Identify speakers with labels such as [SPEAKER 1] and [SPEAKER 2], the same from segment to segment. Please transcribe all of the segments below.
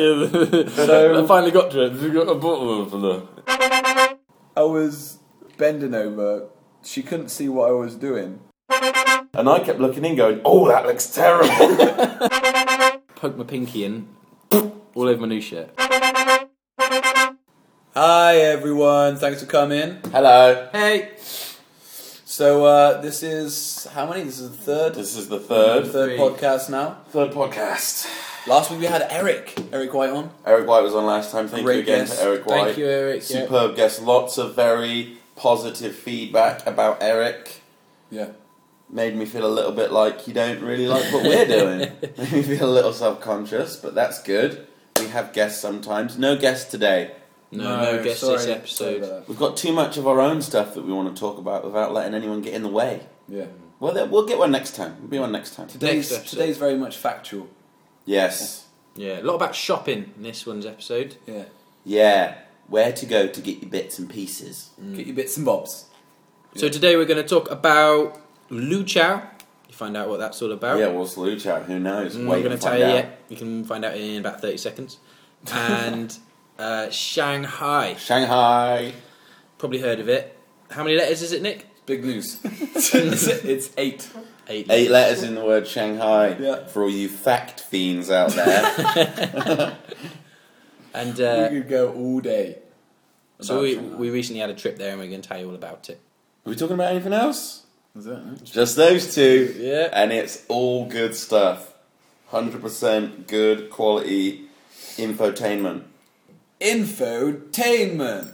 [SPEAKER 1] so I finally got to it. You got a bottle for the.
[SPEAKER 2] I was bending over. She couldn't see what I was doing.
[SPEAKER 3] And I kept looking in, going, "Oh, that looks terrible."
[SPEAKER 1] Poke my pinky in, all over my new shirt.
[SPEAKER 2] Hi everyone, thanks for coming.
[SPEAKER 3] Hello.
[SPEAKER 1] Hey,
[SPEAKER 2] So uh, this is how many? This is the third
[SPEAKER 3] This is the third
[SPEAKER 2] third
[SPEAKER 1] Three.
[SPEAKER 2] podcast now.
[SPEAKER 3] third podcast.
[SPEAKER 2] Last week we had Eric, Eric White on.
[SPEAKER 3] Eric White was on last time. Thank
[SPEAKER 2] Great
[SPEAKER 3] you again
[SPEAKER 2] guest.
[SPEAKER 3] to Eric White.
[SPEAKER 1] thank you, Eric. Yeah.
[SPEAKER 3] Superb guest. Lots of very positive feedback about Eric.
[SPEAKER 2] Yeah.
[SPEAKER 3] Made me feel a little bit like you don't really like what we're doing. Made me feel a little self conscious, but that's good. We have guests sometimes. No guests today.
[SPEAKER 1] No, no, guest
[SPEAKER 2] sorry.
[SPEAKER 1] this
[SPEAKER 2] Sorry
[SPEAKER 1] episode.
[SPEAKER 2] about that.
[SPEAKER 3] We've got too much of our own stuff that we want to talk about without letting anyone get in the way.
[SPEAKER 2] Yeah.
[SPEAKER 3] Well, there- we'll get one next time. We'll be on next time.
[SPEAKER 2] Today's
[SPEAKER 1] episode.
[SPEAKER 2] today's very much factual.
[SPEAKER 3] Yes.
[SPEAKER 1] Yeah, a lot about shopping in this one's episode.
[SPEAKER 2] Yeah.
[SPEAKER 3] Yeah. Where to go to get your bits and pieces.
[SPEAKER 2] Get your bits and bobs.
[SPEAKER 1] So today we're going to talk about Lu Chow. You find out what that's all about.
[SPEAKER 3] Yeah, what's Lou chat? Who knows?
[SPEAKER 1] Mm,
[SPEAKER 3] Wait
[SPEAKER 1] we're going
[SPEAKER 3] and
[SPEAKER 1] to tell
[SPEAKER 3] find
[SPEAKER 1] you.
[SPEAKER 3] out.
[SPEAKER 1] Yeah, you can find out in about thirty seconds. And uh, Shanghai,
[SPEAKER 3] Shanghai.
[SPEAKER 1] probably heard of it. How many letters is it, Nick?
[SPEAKER 2] Big news. it's eight.
[SPEAKER 1] Eight.
[SPEAKER 3] Eight letters in the word Shanghai
[SPEAKER 2] Yeah.
[SPEAKER 3] for all you fact fiends out there.
[SPEAKER 1] And
[SPEAKER 2] we
[SPEAKER 1] uh,
[SPEAKER 2] could go all day.
[SPEAKER 1] so
[SPEAKER 2] about
[SPEAKER 1] we,
[SPEAKER 2] Shanghai.
[SPEAKER 1] we recently had a trip there, and we're going to tell you all about it.
[SPEAKER 3] Are we talking about anything else?
[SPEAKER 2] Is that
[SPEAKER 3] Just those two.
[SPEAKER 1] Yeah.
[SPEAKER 3] And it's all good stuff. 100% good quality infotainment.
[SPEAKER 2] Infotainment.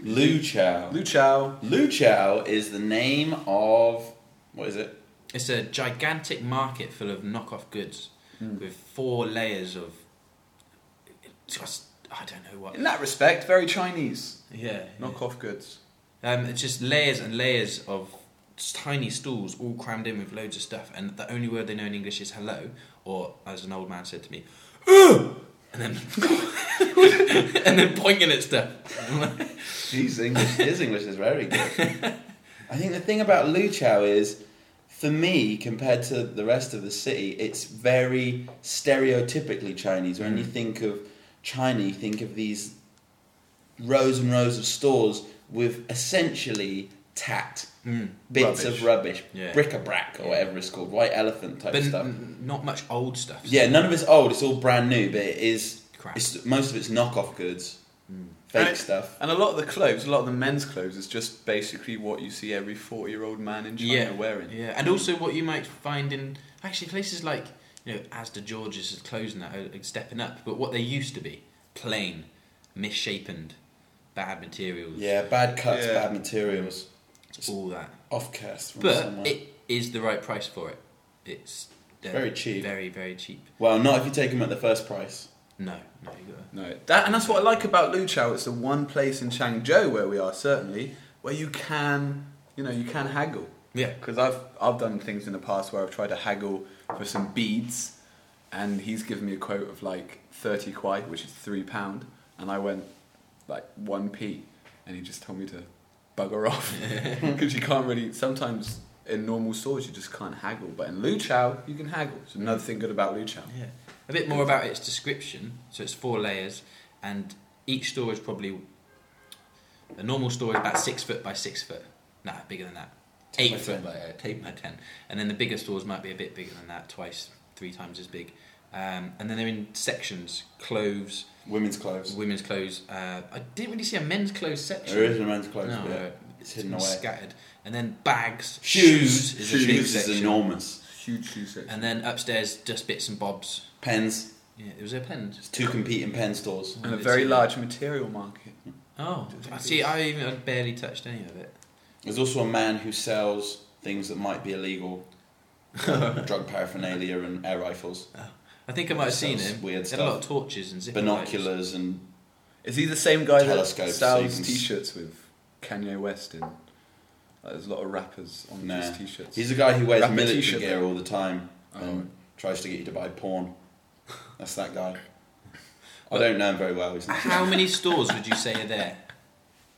[SPEAKER 3] Lu Chow.
[SPEAKER 2] Lu Chow.
[SPEAKER 3] Lu Chow is the name of. What is it?
[SPEAKER 1] It's a gigantic market full of knockoff goods with four layers of just I don't know what.
[SPEAKER 2] In that respect, very Chinese.
[SPEAKER 1] Yeah,
[SPEAKER 2] Knockoff goods.
[SPEAKER 1] Um, it's just layers and layers of s- tiny stools all crammed in with loads of stuff, and the only word they know in English is hello, or as an old man said to me, "Ugh!" and then and then pointing at stuff.
[SPEAKER 3] Jeez, English. His English is very good. I think the thing about Lu Chow is, for me, compared to the rest of the city, it's very stereotypically Chinese. When you
[SPEAKER 1] Mm.
[SPEAKER 3] think of China, you think of these rows and rows of stores with essentially tat,
[SPEAKER 1] Mm.
[SPEAKER 2] Rubbish.
[SPEAKER 3] bits of rubbish,
[SPEAKER 1] Yeah.
[SPEAKER 3] bric-a-brac, or whatever it's called, white elephant type
[SPEAKER 1] But
[SPEAKER 3] stuff.
[SPEAKER 1] n- not much old stuff.
[SPEAKER 3] Yeah, none of it's old. It's all brand new, but it is.
[SPEAKER 1] Crap. Hmm.
[SPEAKER 3] It's, most of it's knockoff goods, fake
[SPEAKER 2] And it-
[SPEAKER 3] stuff.
[SPEAKER 2] And a lot of the clothes, a lot of the men's clothes, is just basically what you see every 40 year old man in China
[SPEAKER 1] yeah,
[SPEAKER 2] wearing.
[SPEAKER 1] Yeah, Mm. and also what you might find in actually places like you know Asda George's is closing that are stepping up, but what they used to be plain, misshapen, bad materials.
[SPEAKER 3] Yeah, bad cuts,
[SPEAKER 2] Yeah.
[SPEAKER 3] bad materials,
[SPEAKER 1] it's all that.
[SPEAKER 3] off curse from
[SPEAKER 1] But
[SPEAKER 3] somewhere.
[SPEAKER 1] it is the right price for it. It's uh,
[SPEAKER 3] Very cheap.
[SPEAKER 1] Very very cheap.
[SPEAKER 3] well, not if you take them at the first price.
[SPEAKER 1] No, no, you got
[SPEAKER 2] No, that, and that's what I like about Luchow. It's the one place in Changzhou where we are certainly where you can, you know, you can haggle.
[SPEAKER 1] Yeah.
[SPEAKER 2] Because I've I've done things in the past where I've tried to haggle for some beads, and he's given me a quote of like thirty kwai, which is three pound, and I went like one p, and he just told me to bugger off because you can't really sometimes. In normal stores, you just can't haggle, but in Luchow, you can haggle. It's another thing good about Luchow.
[SPEAKER 1] yeah. A bit more about its description. So it's four layers, and each store is probably a normal store is about six foot by six foot. Nah, bigger than that.
[SPEAKER 3] Ten by
[SPEAKER 1] eight foot
[SPEAKER 3] ten.
[SPEAKER 1] by eight, eight by ten. And then the bigger stores might be a bit bigger than that, twice, three times as big. Um, and then they're in sections: clothes,
[SPEAKER 3] Women's clothes.
[SPEAKER 1] women's clothes. Uh, I didn't really see a men's clothes section.
[SPEAKER 3] There is a men's clothes,
[SPEAKER 1] No,
[SPEAKER 3] but
[SPEAKER 1] no,
[SPEAKER 3] it's hidden
[SPEAKER 1] all
[SPEAKER 3] away.
[SPEAKER 1] Scattered, and then bags,
[SPEAKER 3] Shoes.
[SPEAKER 1] is a big
[SPEAKER 3] Shoes is
[SPEAKER 1] section,
[SPEAKER 3] enormous.
[SPEAKER 2] Huge shoe section.
[SPEAKER 1] and then upstairs just bits and bobs.
[SPEAKER 3] Pens.
[SPEAKER 1] Yeah, it was a pen.
[SPEAKER 3] It's two competing pen stores.
[SPEAKER 2] And a very large material market.
[SPEAKER 1] Oh,
[SPEAKER 2] Did
[SPEAKER 1] I
[SPEAKER 2] it
[SPEAKER 1] see.
[SPEAKER 2] was-
[SPEAKER 1] I even I barely touched any of it.
[SPEAKER 3] There's also a man who sells things that might be illegal. drug paraphernalia and air rifles,
[SPEAKER 1] I think I might have seen
[SPEAKER 3] Sells
[SPEAKER 1] him.
[SPEAKER 3] weird
[SPEAKER 1] He had a lot
[SPEAKER 3] stuff.
[SPEAKER 1] of torches and zipper lights.
[SPEAKER 3] binoculars, and
[SPEAKER 2] Is he the same guy that
[SPEAKER 3] Telescopes,
[SPEAKER 2] sells
[SPEAKER 3] so you can s-
[SPEAKER 2] t-shirts with Kanye West in? Like, there's a lot of rappers on
[SPEAKER 3] Nah.
[SPEAKER 2] his t-shirts.
[SPEAKER 3] he's a guy who wears
[SPEAKER 2] Wrap a
[SPEAKER 3] military
[SPEAKER 2] t-shirt
[SPEAKER 3] gear all the time
[SPEAKER 2] Oh.
[SPEAKER 3] and tries to get you to buy porn. That's that guy. I don't know him very well. He's not
[SPEAKER 1] How many stores would you say are there,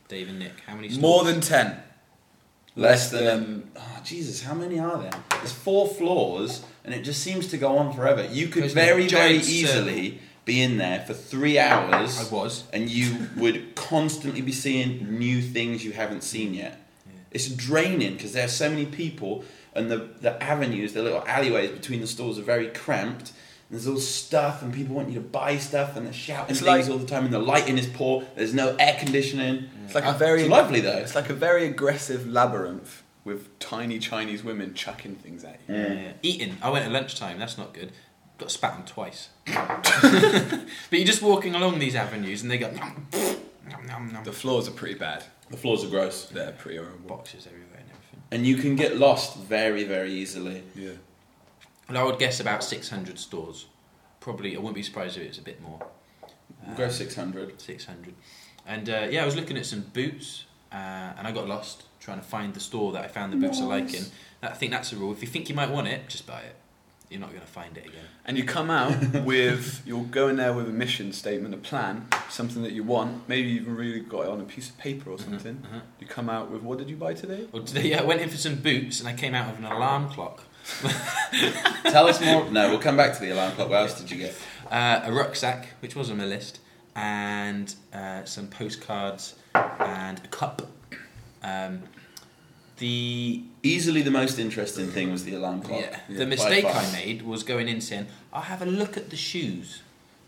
[SPEAKER 1] Dave and Nick? How many stores?
[SPEAKER 2] More than ten.
[SPEAKER 3] Less than oh, Jesus, how many are there? There's four floors, and it just seems to go on forever. You could
[SPEAKER 1] There's
[SPEAKER 3] very,
[SPEAKER 1] a
[SPEAKER 3] very
[SPEAKER 2] um,
[SPEAKER 1] giant
[SPEAKER 3] easily be in there for three hours,
[SPEAKER 1] I was.
[SPEAKER 3] and you would constantly be seeing new things you haven't seen yet. It's draining because there are so many people, and the the avenues, the little alleyways between the stores are very cramped. And there's all stuff, and people want you to buy stuff, and they're shouting
[SPEAKER 2] It's
[SPEAKER 3] things
[SPEAKER 2] like-
[SPEAKER 3] all the time, and the lighting is poor. There's no air conditioning.
[SPEAKER 2] It's like
[SPEAKER 3] Uh,
[SPEAKER 2] a very
[SPEAKER 3] it's lovely though.
[SPEAKER 2] It's like a very aggressive labyrinth with tiny Chinese women chucking things at you.
[SPEAKER 1] Yeah. Eating. I went at lunchtime. That's not good. Got spat on twice. but you're just walking along these avenues and they go nom, nom, nom, nom.
[SPEAKER 2] The floors are pretty bad.
[SPEAKER 3] the floors are gross.
[SPEAKER 2] They're pretty horrible.
[SPEAKER 1] boxes everywhere and everything.
[SPEAKER 3] and you can get lost very very easily
[SPEAKER 2] Yeah.
[SPEAKER 1] And I would guess about 600 stores. Probably, I wouldn't be surprised if it's a bit more.
[SPEAKER 2] Ah.
[SPEAKER 3] We'll go 600
[SPEAKER 1] 600. And uh, yeah, I was looking at some boots uh, and I got lost trying to find the store that I found the boots I like in. That, I think that's a rule. If you think you might want it, just buy it. You're not going to find it again.
[SPEAKER 2] And you come out with, you'll go in there with a mission statement, a plan, something that you want. Maybe you even really got it on a piece of paper or
[SPEAKER 3] Mm-hmm.
[SPEAKER 2] something.
[SPEAKER 1] mhm.
[SPEAKER 2] You come out with, what did you buy today?
[SPEAKER 1] Well, today yeah, I went in for some boots and I came out with an alarm clock,
[SPEAKER 3] tell us more no we'll come back to the alarm clock what else did you get
[SPEAKER 1] uh, a rucksack, which was on my list, and uh, some postcards and a cup. Um, the
[SPEAKER 3] easily the most interesting thing was the alarm clock
[SPEAKER 1] Yeah.
[SPEAKER 2] Yeah.
[SPEAKER 1] The
[SPEAKER 2] By
[SPEAKER 1] mistake
[SPEAKER 3] far.
[SPEAKER 1] I made was going in saying, I'll have a look at the shoes.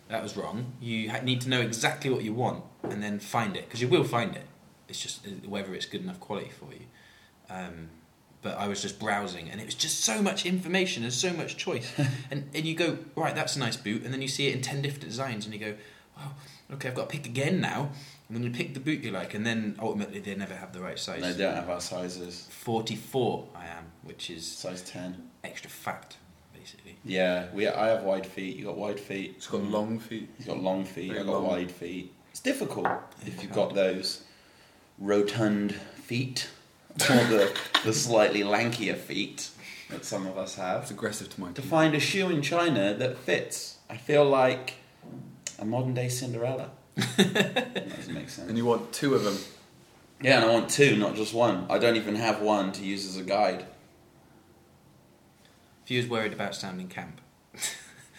[SPEAKER 1] That was wrong. You ha- need to know exactly what you want and then find it, because you will find it. It's just uh, whether it's good enough quality for you. Um, but I was just browsing and it was just so much information and so much choice. and, and you go, right, that's a nice boot. And then you see it in 10 different designs and you go, oh, okay, I've got to pick again now. And then you pick the boot you like, and then ultimately they never have the right size.
[SPEAKER 3] they don't have our sizes
[SPEAKER 1] 44 I am, which is
[SPEAKER 3] size 10
[SPEAKER 1] extra fat, basically.
[SPEAKER 3] yeah we I have wide feet you got wide feet
[SPEAKER 2] It's got long feet.
[SPEAKER 3] he's got long feet
[SPEAKER 2] Very
[SPEAKER 3] I got
[SPEAKER 2] long.
[SPEAKER 3] wide feet it's difficult if you've got those rotund feet or the, the slightly lankier feet that some of us have
[SPEAKER 2] That's aggressive to my
[SPEAKER 3] to
[SPEAKER 2] teeth.
[SPEAKER 3] find a shoe in China that fits. I feel like a modern day Cinderella. that doesn't make
[SPEAKER 2] And
[SPEAKER 3] sense.
[SPEAKER 2] you want two of them.
[SPEAKER 3] Yeah, and I want two, not just one. I don't even have one to use as a guide.
[SPEAKER 1] If he was worried about sounding camp.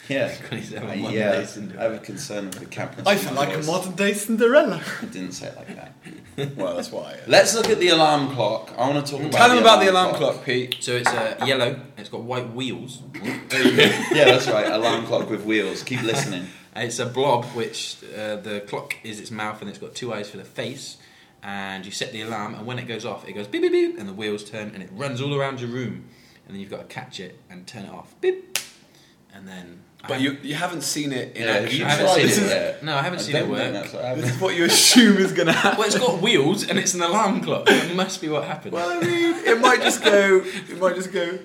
[SPEAKER 3] Yeah.
[SPEAKER 1] Because he's having
[SPEAKER 3] I,
[SPEAKER 1] one
[SPEAKER 3] yeah,
[SPEAKER 1] day syndrome.
[SPEAKER 3] I have a concern with the campness.
[SPEAKER 2] I
[SPEAKER 3] of
[SPEAKER 2] feel
[SPEAKER 3] my
[SPEAKER 2] like a
[SPEAKER 3] voice.
[SPEAKER 2] modern day Cinderella.
[SPEAKER 3] I didn't say it like that.
[SPEAKER 2] well, that's why.
[SPEAKER 3] Let's look at the alarm clock. I want to talk about
[SPEAKER 2] Tell them about the alarm clock, Pete.
[SPEAKER 1] So it's uh, yellow, and it's got white wheels.
[SPEAKER 3] yeah, that's right. Alarm clock with wheels. Keep listening.
[SPEAKER 1] And it's a blob, which uh, the clock is its mouth, and it's got two eyes for the face. And you set the alarm, and when it goes off, it goes beep beep beep, and the wheels turn, and it runs all around your room. And then you've got to catch it and turn it off, beep. And then. I
[SPEAKER 2] But you, you haven't seen it in
[SPEAKER 3] Yeah,
[SPEAKER 1] haven't-
[SPEAKER 2] action.
[SPEAKER 3] you
[SPEAKER 1] I haven't
[SPEAKER 3] tried
[SPEAKER 1] seen
[SPEAKER 3] it
[SPEAKER 1] it.
[SPEAKER 3] yet.
[SPEAKER 1] No, I haven't seen it
[SPEAKER 3] don't think
[SPEAKER 1] work.
[SPEAKER 3] That's what happened.
[SPEAKER 2] This is what you assume is going to happen.
[SPEAKER 1] Well, it's got wheels, and it's an alarm clock. That must be what happened.
[SPEAKER 2] Well, I mean, it might just go. It might just go.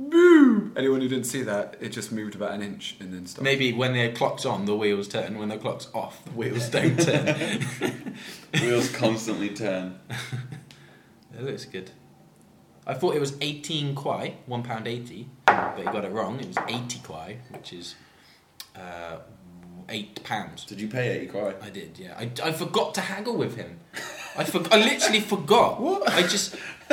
[SPEAKER 2] Boom! Anyone who didn't see that, it just moved about an inch and then stopped.
[SPEAKER 1] Maybe when the clock's on, the wheels turn. When the clock's off, the wheels don't turn.
[SPEAKER 3] Wheels constantly turn.
[SPEAKER 1] It looks good. I thought it was 18 kwai, one pound 80, but you got it wrong. It was 80 kwai, which is uh, eight pounds.
[SPEAKER 3] Did you pay 80 quid?
[SPEAKER 1] I did, yeah. I, I forgot to haggle with him. I, for, I literally forgot.
[SPEAKER 2] What?
[SPEAKER 1] I just.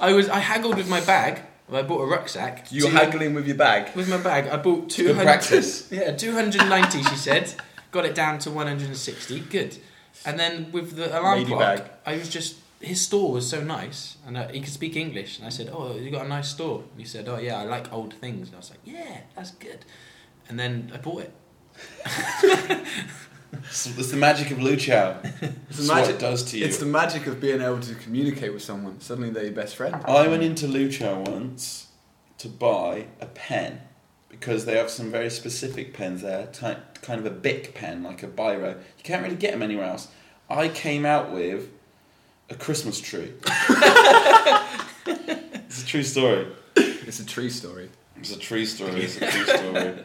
[SPEAKER 1] I was. I haggled with my bag. I bought a rucksack.
[SPEAKER 2] You're
[SPEAKER 1] Two-
[SPEAKER 2] haggling with your bag.
[SPEAKER 1] with my bag. I bought two
[SPEAKER 3] Good
[SPEAKER 1] hundred.
[SPEAKER 3] practice.
[SPEAKER 1] Yeah, two hundred and ninety. she said. Got it down to one hundred and sixty. Good. And then with the alarm
[SPEAKER 2] Lady
[SPEAKER 1] clock,
[SPEAKER 2] bag.
[SPEAKER 1] I was just his store was so nice, and uh, he could speak English. And I said, "Oh, you got a nice store." And he said, "Oh yeah, I like old things." And I was like, "Yeah, that's good." And then I bought it.
[SPEAKER 3] It's, it's the magic of Lu Chow.
[SPEAKER 2] It's
[SPEAKER 3] It's
[SPEAKER 2] the
[SPEAKER 3] what
[SPEAKER 2] magic.
[SPEAKER 3] it does to you.
[SPEAKER 2] It's the magic of being able to communicate with someone. Suddenly they're your best friend.
[SPEAKER 3] I went into Lucha once to buy a pen because they have some very specific pens there, ty- kind of a Bic pen, like a biro. You can't really get them anywhere else. I came out with a Christmas tree. it's a true story.
[SPEAKER 2] It's a tree story.
[SPEAKER 3] It's a tree story. It's a true story.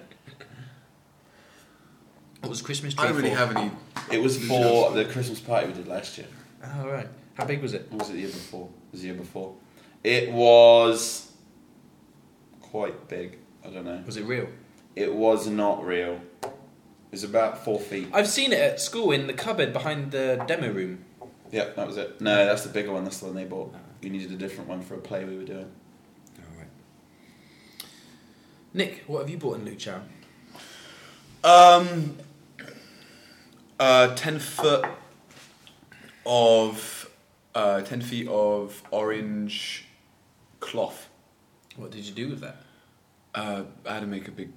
[SPEAKER 1] What was Christmas tree
[SPEAKER 2] I don't really
[SPEAKER 1] for?
[SPEAKER 2] have any.
[SPEAKER 3] It was for the Christmas party we did last year.
[SPEAKER 1] Oh right. How big was it?
[SPEAKER 3] Or was it the year before? It was the year before. It was quite big. I don't know.
[SPEAKER 1] Was it real?
[SPEAKER 3] It was not real. It was about four feet.
[SPEAKER 1] I've seen it at school in the cupboard behind the demo room.
[SPEAKER 3] Yep, that was it. No, that's the bigger one. That's the one they bought. We needed a different one for a play we were doing.
[SPEAKER 1] All right. Nick, what have you bought in Luke Chow?
[SPEAKER 2] Um, uh, ten foot of uh, ten feet of orange cloth.
[SPEAKER 1] What did you do with that?
[SPEAKER 2] Uh, I had to make a big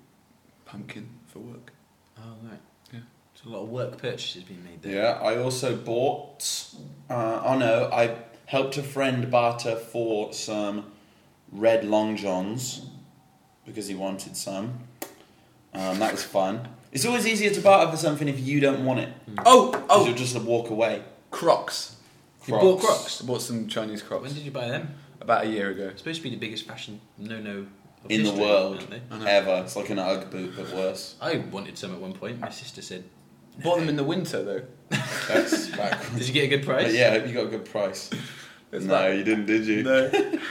[SPEAKER 2] pumpkin for work.
[SPEAKER 1] Oh, right.
[SPEAKER 2] Yeah.
[SPEAKER 1] So a lot of work purchases being made there.
[SPEAKER 3] Yeah, I also bought. Uh, oh no, I helped a friend barter for some red long johns because he wanted some. Um, that was fun. It's always easier to barter for something if you don't want it.
[SPEAKER 1] Hmm.
[SPEAKER 2] Oh,
[SPEAKER 3] 'cause
[SPEAKER 2] oh,
[SPEAKER 3] you'll just walk away.
[SPEAKER 2] Crocs.
[SPEAKER 1] You bought
[SPEAKER 2] I
[SPEAKER 1] Crocs.
[SPEAKER 2] bought some Chinese Crocs
[SPEAKER 1] When did you buy them?
[SPEAKER 2] about a year ago.
[SPEAKER 1] It's supposed to be the biggest fashion no-no of
[SPEAKER 3] In the
[SPEAKER 1] history,
[SPEAKER 3] world.
[SPEAKER 1] aren't they?
[SPEAKER 2] I know.
[SPEAKER 3] Ever. It's like an Ugg boot, but worse.
[SPEAKER 1] I wanted some at one point. My sister said,
[SPEAKER 2] Bought them in the winter though.
[SPEAKER 3] That's backwards.
[SPEAKER 1] "Did you get a good price?"
[SPEAKER 3] But yeah, I hope you got a good price.
[SPEAKER 2] It's
[SPEAKER 3] no, you didn't, did you?
[SPEAKER 2] like- no.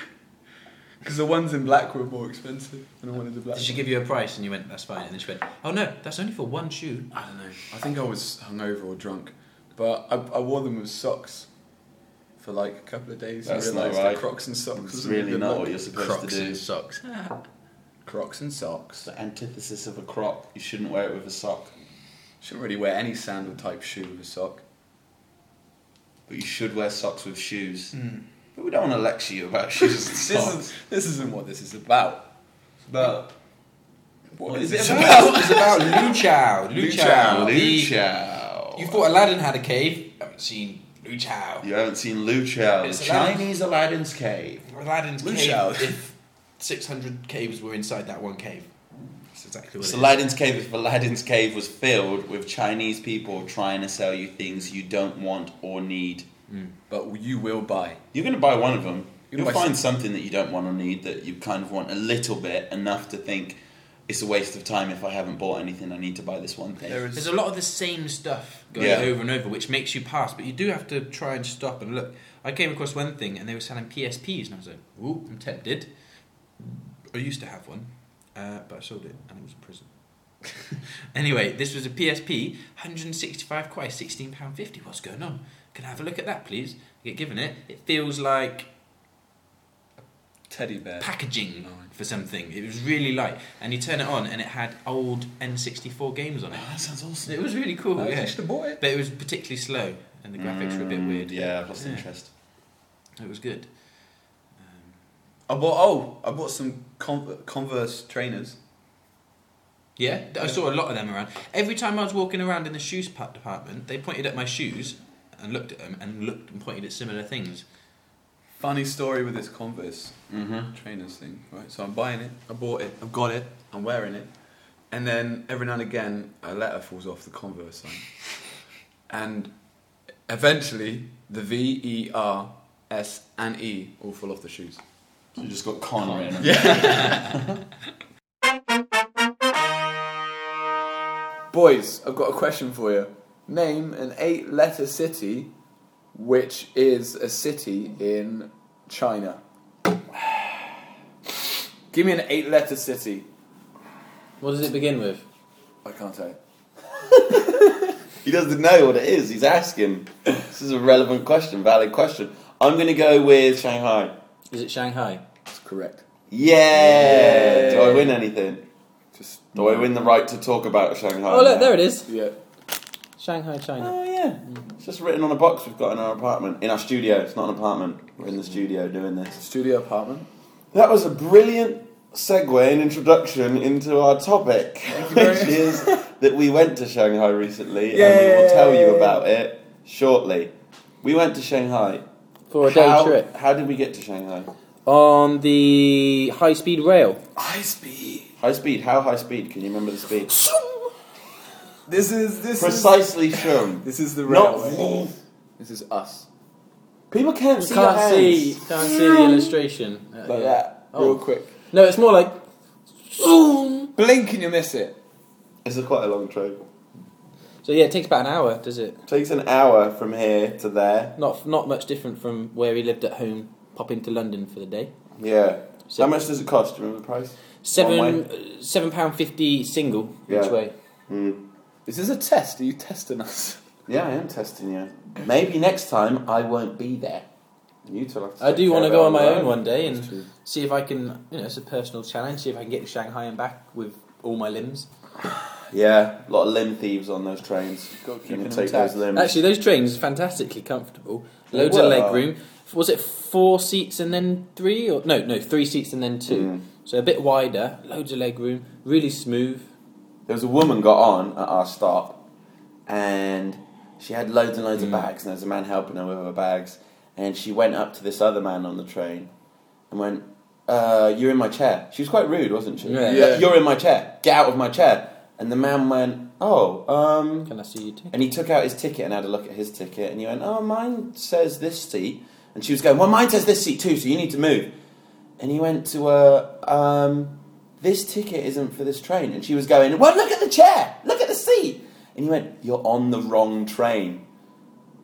[SPEAKER 2] Because the ones in black were more expensive, and I wanted the black.
[SPEAKER 1] Did she give you a price and you went, "That's fine," and then she went, "Oh no, that's only for one shoe."
[SPEAKER 2] I don't know. I think I was hungover or drunk, but I, I wore them with socks for like a couple of days.
[SPEAKER 3] That's
[SPEAKER 2] and
[SPEAKER 3] not
[SPEAKER 2] realised
[SPEAKER 3] right.
[SPEAKER 2] that Crocs and socks
[SPEAKER 3] It's
[SPEAKER 2] wasn't a
[SPEAKER 3] really
[SPEAKER 2] good
[SPEAKER 3] not
[SPEAKER 2] look.
[SPEAKER 3] what you're supposed
[SPEAKER 1] Crocs
[SPEAKER 3] to do.
[SPEAKER 1] and socks.
[SPEAKER 2] Crocs and
[SPEAKER 3] It's
[SPEAKER 2] socks.
[SPEAKER 3] the antithesis of a croc. You shouldn't wear it with a sock.
[SPEAKER 2] Shouldn't really wear any sandal type shoe with a sock.
[SPEAKER 3] But you should wear socks with shoes. But we don't want to lecture you about shoes and
[SPEAKER 2] Hmm. This,
[SPEAKER 3] socks.
[SPEAKER 2] is, this isn't what this is about.
[SPEAKER 3] But
[SPEAKER 2] what is,
[SPEAKER 3] is
[SPEAKER 2] it
[SPEAKER 3] it
[SPEAKER 2] about?
[SPEAKER 1] it's about Lu Chow.
[SPEAKER 3] Lu
[SPEAKER 1] Chow.
[SPEAKER 3] Chow,
[SPEAKER 1] The-
[SPEAKER 3] Lu Chow.
[SPEAKER 1] You thought Aladdin had a cave? I haven't seen Lu Chow.
[SPEAKER 3] You haven't seen Lu Chow,
[SPEAKER 1] It's Aladdin.
[SPEAKER 3] Chinese Aladdin's cave.
[SPEAKER 1] Aladdin's
[SPEAKER 2] Lu
[SPEAKER 1] cave.
[SPEAKER 2] Chow.
[SPEAKER 1] If six hundred caves were inside that one cave, that's exactly what
[SPEAKER 3] It's
[SPEAKER 1] it is.
[SPEAKER 3] Aladdin's cave if Aladdin's cave was filled with Chinese people trying to sell you things you don't want or need.
[SPEAKER 2] But you will buy.
[SPEAKER 3] You're going to buy one of them.
[SPEAKER 2] You're
[SPEAKER 3] You'll
[SPEAKER 2] gonna buy
[SPEAKER 3] find something that you don't want or need that you kind of want a little bit, enough to think it's a waste of time if I haven't bought anything. I need to buy this one thing.
[SPEAKER 2] There
[SPEAKER 1] There's
[SPEAKER 2] is
[SPEAKER 1] a lot of the same stuff going
[SPEAKER 3] Yeah.
[SPEAKER 1] over and over, which makes you pass, but you do have to try and stop and look. I came across one thing, and they were selling PSPs, and I was like, "Ooh, I'm tempted." I used to have one, uh, but I sold it, and it was a prison. anyway, this was a PSP, 165 quid, 16 pound 50. What's going on? Can I have a look at that, please? I get given it. It feels like
[SPEAKER 2] teddy bear.
[SPEAKER 1] packaging
[SPEAKER 2] Light.
[SPEAKER 1] for something. It was really light, and you turn it on, and it had old N64 games on it.
[SPEAKER 3] Oh, that sounds awesome.
[SPEAKER 1] It was really cool.
[SPEAKER 2] I
[SPEAKER 1] yeah.
[SPEAKER 2] should have bought it.
[SPEAKER 1] But it was particularly slow, and the graphics were a bit
[SPEAKER 3] Mm,
[SPEAKER 1] weird.
[SPEAKER 3] Yeah, I've lost
[SPEAKER 1] Yeah.
[SPEAKER 3] interest.
[SPEAKER 1] It was good. Um,
[SPEAKER 2] I bought. Oh, I bought some Con- Converse trainers.
[SPEAKER 1] yeah, I saw a lot of them around. Every time I was walking around in the shoes part department, they pointed at my shoes and looked at them and looked and pointed at similar things.
[SPEAKER 2] Funny story with this Converse
[SPEAKER 3] Mm-hmm.
[SPEAKER 2] trainers thing, right? So I'm buying it, I bought it, I've got it, I'm wearing it, and then every now and again a letter falls off the Converse sign, and eventually the V E R S and E all fall off the shoes.
[SPEAKER 3] So you just got con written on
[SPEAKER 2] Boys, I've got a question for you. Name an eight-letter city, which is a city in China. Give me an eight-letter city.
[SPEAKER 1] What does it begin with?
[SPEAKER 2] I can't tell you.
[SPEAKER 3] He doesn't know what it is. He's asking. This is a relevant question, valid question. I'm going to go with Shanghai.
[SPEAKER 1] Is it Shanghai?
[SPEAKER 2] It's correct.
[SPEAKER 3] Yeah. Do I win anything?
[SPEAKER 2] Just
[SPEAKER 3] Do I win the right to talk about Shanghai?
[SPEAKER 1] it is.
[SPEAKER 2] yeah.
[SPEAKER 1] Shanghai, China.
[SPEAKER 3] Oh yeah. It's just written on a box we've got in our apartment, in our studio. It's not an apartment. We're in the studio doing this.
[SPEAKER 2] Studio apartment.
[SPEAKER 3] That was a brilliant segue and introduction into our topic,
[SPEAKER 2] you very
[SPEAKER 3] which
[SPEAKER 2] much.
[SPEAKER 3] is that we went to Shanghai recently, and we
[SPEAKER 2] Yay.
[SPEAKER 3] will tell you about it shortly. We went to Shanghai.
[SPEAKER 4] for a day
[SPEAKER 3] how,
[SPEAKER 4] trip
[SPEAKER 3] How did we get to Shanghai?
[SPEAKER 4] on the high speed rail.
[SPEAKER 2] High speed.
[SPEAKER 3] High speed. How high speed? Can you remember the speed?
[SPEAKER 2] This is this
[SPEAKER 3] Precisely shum.
[SPEAKER 2] is this is the railway.
[SPEAKER 3] Not.
[SPEAKER 2] This is us.
[SPEAKER 3] People can't see your
[SPEAKER 4] Can't see,
[SPEAKER 3] hands.
[SPEAKER 4] can't see the illustration. Uh,
[SPEAKER 2] Like
[SPEAKER 4] yeah.
[SPEAKER 2] that.
[SPEAKER 4] Oh.
[SPEAKER 2] Real quick.
[SPEAKER 4] No, it's more like zoom.
[SPEAKER 2] Blink and you miss it.
[SPEAKER 3] This is quite a long trip.
[SPEAKER 4] So yeah, it takes about an hour, does it?
[SPEAKER 3] Takes an hour from here to there.
[SPEAKER 4] Not not much different from where he lived at home. Pop into London for the day.
[SPEAKER 3] Yeah.
[SPEAKER 4] So-
[SPEAKER 3] How much does it cost? Do you remember the price?
[SPEAKER 4] Seven uh, seven pound fifty single
[SPEAKER 3] Yeah.
[SPEAKER 4] each way.
[SPEAKER 3] Hmm.
[SPEAKER 2] Is this a test? Are you testing us?
[SPEAKER 3] Yeah, I am testing you. Maybe next time I won't be there. You two have to
[SPEAKER 1] I
[SPEAKER 3] take
[SPEAKER 1] do want to
[SPEAKER 3] care
[SPEAKER 1] go on
[SPEAKER 3] of
[SPEAKER 1] my
[SPEAKER 3] that
[SPEAKER 1] own one day
[SPEAKER 3] That's
[SPEAKER 1] and
[SPEAKER 3] true.
[SPEAKER 1] see if I can. You know, it's a personal challenge. See if I can get to Shanghai and back with all my limbs.
[SPEAKER 3] Yeah, a lot of limb thieves on those trains.
[SPEAKER 2] Gotta keep
[SPEAKER 3] You can
[SPEAKER 2] them
[SPEAKER 3] take
[SPEAKER 2] intact.
[SPEAKER 3] those limbs.
[SPEAKER 1] Actually, those trains are fantastically comfortable.
[SPEAKER 3] Um, They
[SPEAKER 1] Loads of
[SPEAKER 3] were.
[SPEAKER 1] leg room. Was it four seats and then three, or no, no, three seats and then two?
[SPEAKER 3] Mm.
[SPEAKER 1] So a bit wider. Loads of leg room. Really smooth.
[SPEAKER 3] There was a woman got on at our stop, and she had loads and
[SPEAKER 1] Hmm.
[SPEAKER 3] loads of bags, and there was a man helping her with her bags, and she went up to this other man on the train, and went, uh, "You're in my chair." She was quite rude, wasn't she?
[SPEAKER 1] Yeah.
[SPEAKER 2] Yeah.
[SPEAKER 3] "You're in my chair. Get out of my chair." And the man went, "Oh, um."
[SPEAKER 1] Can I see you too?
[SPEAKER 3] And he took out his ticket and had a look at his ticket, and he went, "Oh, mine says this seat." And she was going, "Well, mine says this seat too, so you need to move." And he went to her, um, "This ticket isn't for this train." And she was going, "Well, look at the chair, look at the seat." And he went, "You're on the wrong train."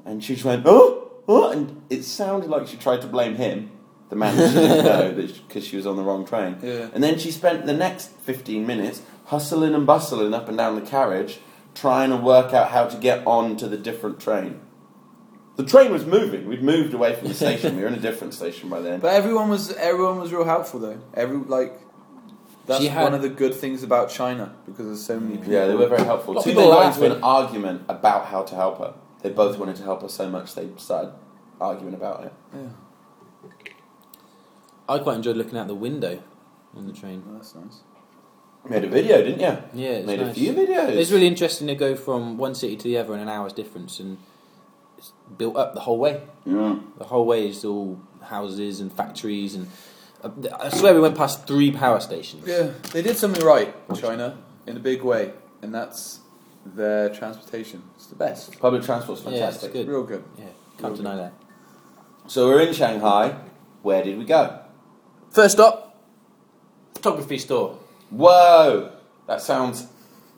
[SPEAKER 3] And she just went, "Oh, oh," and it sounded like she tried to blame him, the man that she didn't know, because she was on the wrong train.
[SPEAKER 2] Yeah.
[SPEAKER 3] And then she spent the next 15 minutes hustling and bustling up and down the carriage, trying to work out how to get on to the different train. The train was moving. We'd moved away from the station. we were in a different station by then.
[SPEAKER 2] But everyone was everyone was real helpful though. Every like that's
[SPEAKER 1] She had-
[SPEAKER 2] one of the good things about China because there's so many people.
[SPEAKER 3] Yeah, they were very helpful.
[SPEAKER 1] Lot of
[SPEAKER 3] Two
[SPEAKER 1] people
[SPEAKER 3] they got
[SPEAKER 1] laugh
[SPEAKER 3] into an
[SPEAKER 1] when-
[SPEAKER 3] argument about how to help her. They both wanted to help her so much they started arguing about it.
[SPEAKER 2] Yeah,
[SPEAKER 1] I quite enjoyed looking out the window on the train.
[SPEAKER 2] well, that's nice.
[SPEAKER 3] Made a video, didn't you?
[SPEAKER 1] Yeah, it's
[SPEAKER 3] Made
[SPEAKER 1] nice.
[SPEAKER 3] a few videos.
[SPEAKER 1] It's really interesting to go from one city to the other in an hour's difference, and it's built up the whole way.
[SPEAKER 3] Yeah.
[SPEAKER 1] The whole way is all houses and factories, and uh, I swear we went past three power stations.
[SPEAKER 2] Yeah, they did something right, China, in a big way, and that's their transportation. It's the best.
[SPEAKER 3] Public transport's
[SPEAKER 1] Yeah,
[SPEAKER 3] fantastic.
[SPEAKER 1] it's Good.
[SPEAKER 2] Real good.
[SPEAKER 1] Yeah, can't deny that.
[SPEAKER 3] so we're in Shanghai. Where did we go?
[SPEAKER 1] First up, photography store.
[SPEAKER 3] Whoa! That sounds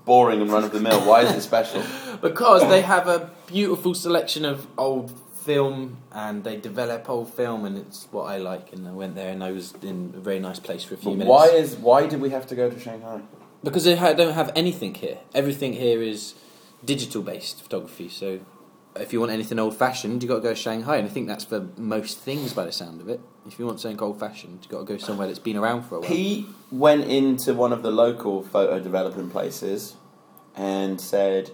[SPEAKER 3] boring and run of the mill. Why is it special?
[SPEAKER 1] Because they have a beautiful selection of old film and they develop old film, and it's what I like. And I went there and I was in a very nice place for a few
[SPEAKER 3] But
[SPEAKER 1] minutes.
[SPEAKER 3] why is why did we have to go to Shanghai?
[SPEAKER 1] Because they ha- don't have anything here. Everything here is digital based photography. So if you want anything old fashioned, you've got to go to Shanghai. And I think that's for most things by the sound of it. If you want something old fashioned, you've got to go somewhere that's been around for a while.
[SPEAKER 3] He went into one of the local photo developing places and said,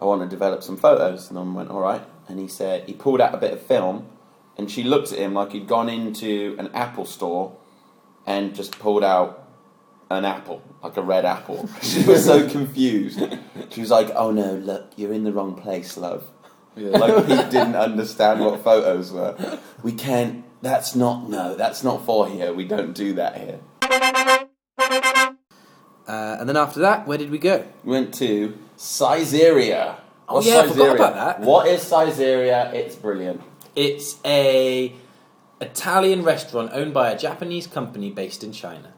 [SPEAKER 3] I want to develop some photos. And I went, all right. And he said, he pulled out a bit of film and she looked at him like he'd gone into an Apple store and just pulled out an apple, like a red apple. she was so confused. She was like, oh no, look, you're in the wrong place, love.
[SPEAKER 2] Yeah.
[SPEAKER 3] Like he didn't understand what photos were. We can't, that's not, no, that's not for here. We don't do that here.
[SPEAKER 1] Uh, and then after that, where did we go?
[SPEAKER 3] We went to Caesarea.
[SPEAKER 1] Oh, yeah, I forgot about that.
[SPEAKER 3] What is Caesarea? It's brilliant.
[SPEAKER 1] It's a Italian restaurant owned by a Japanese company based in China,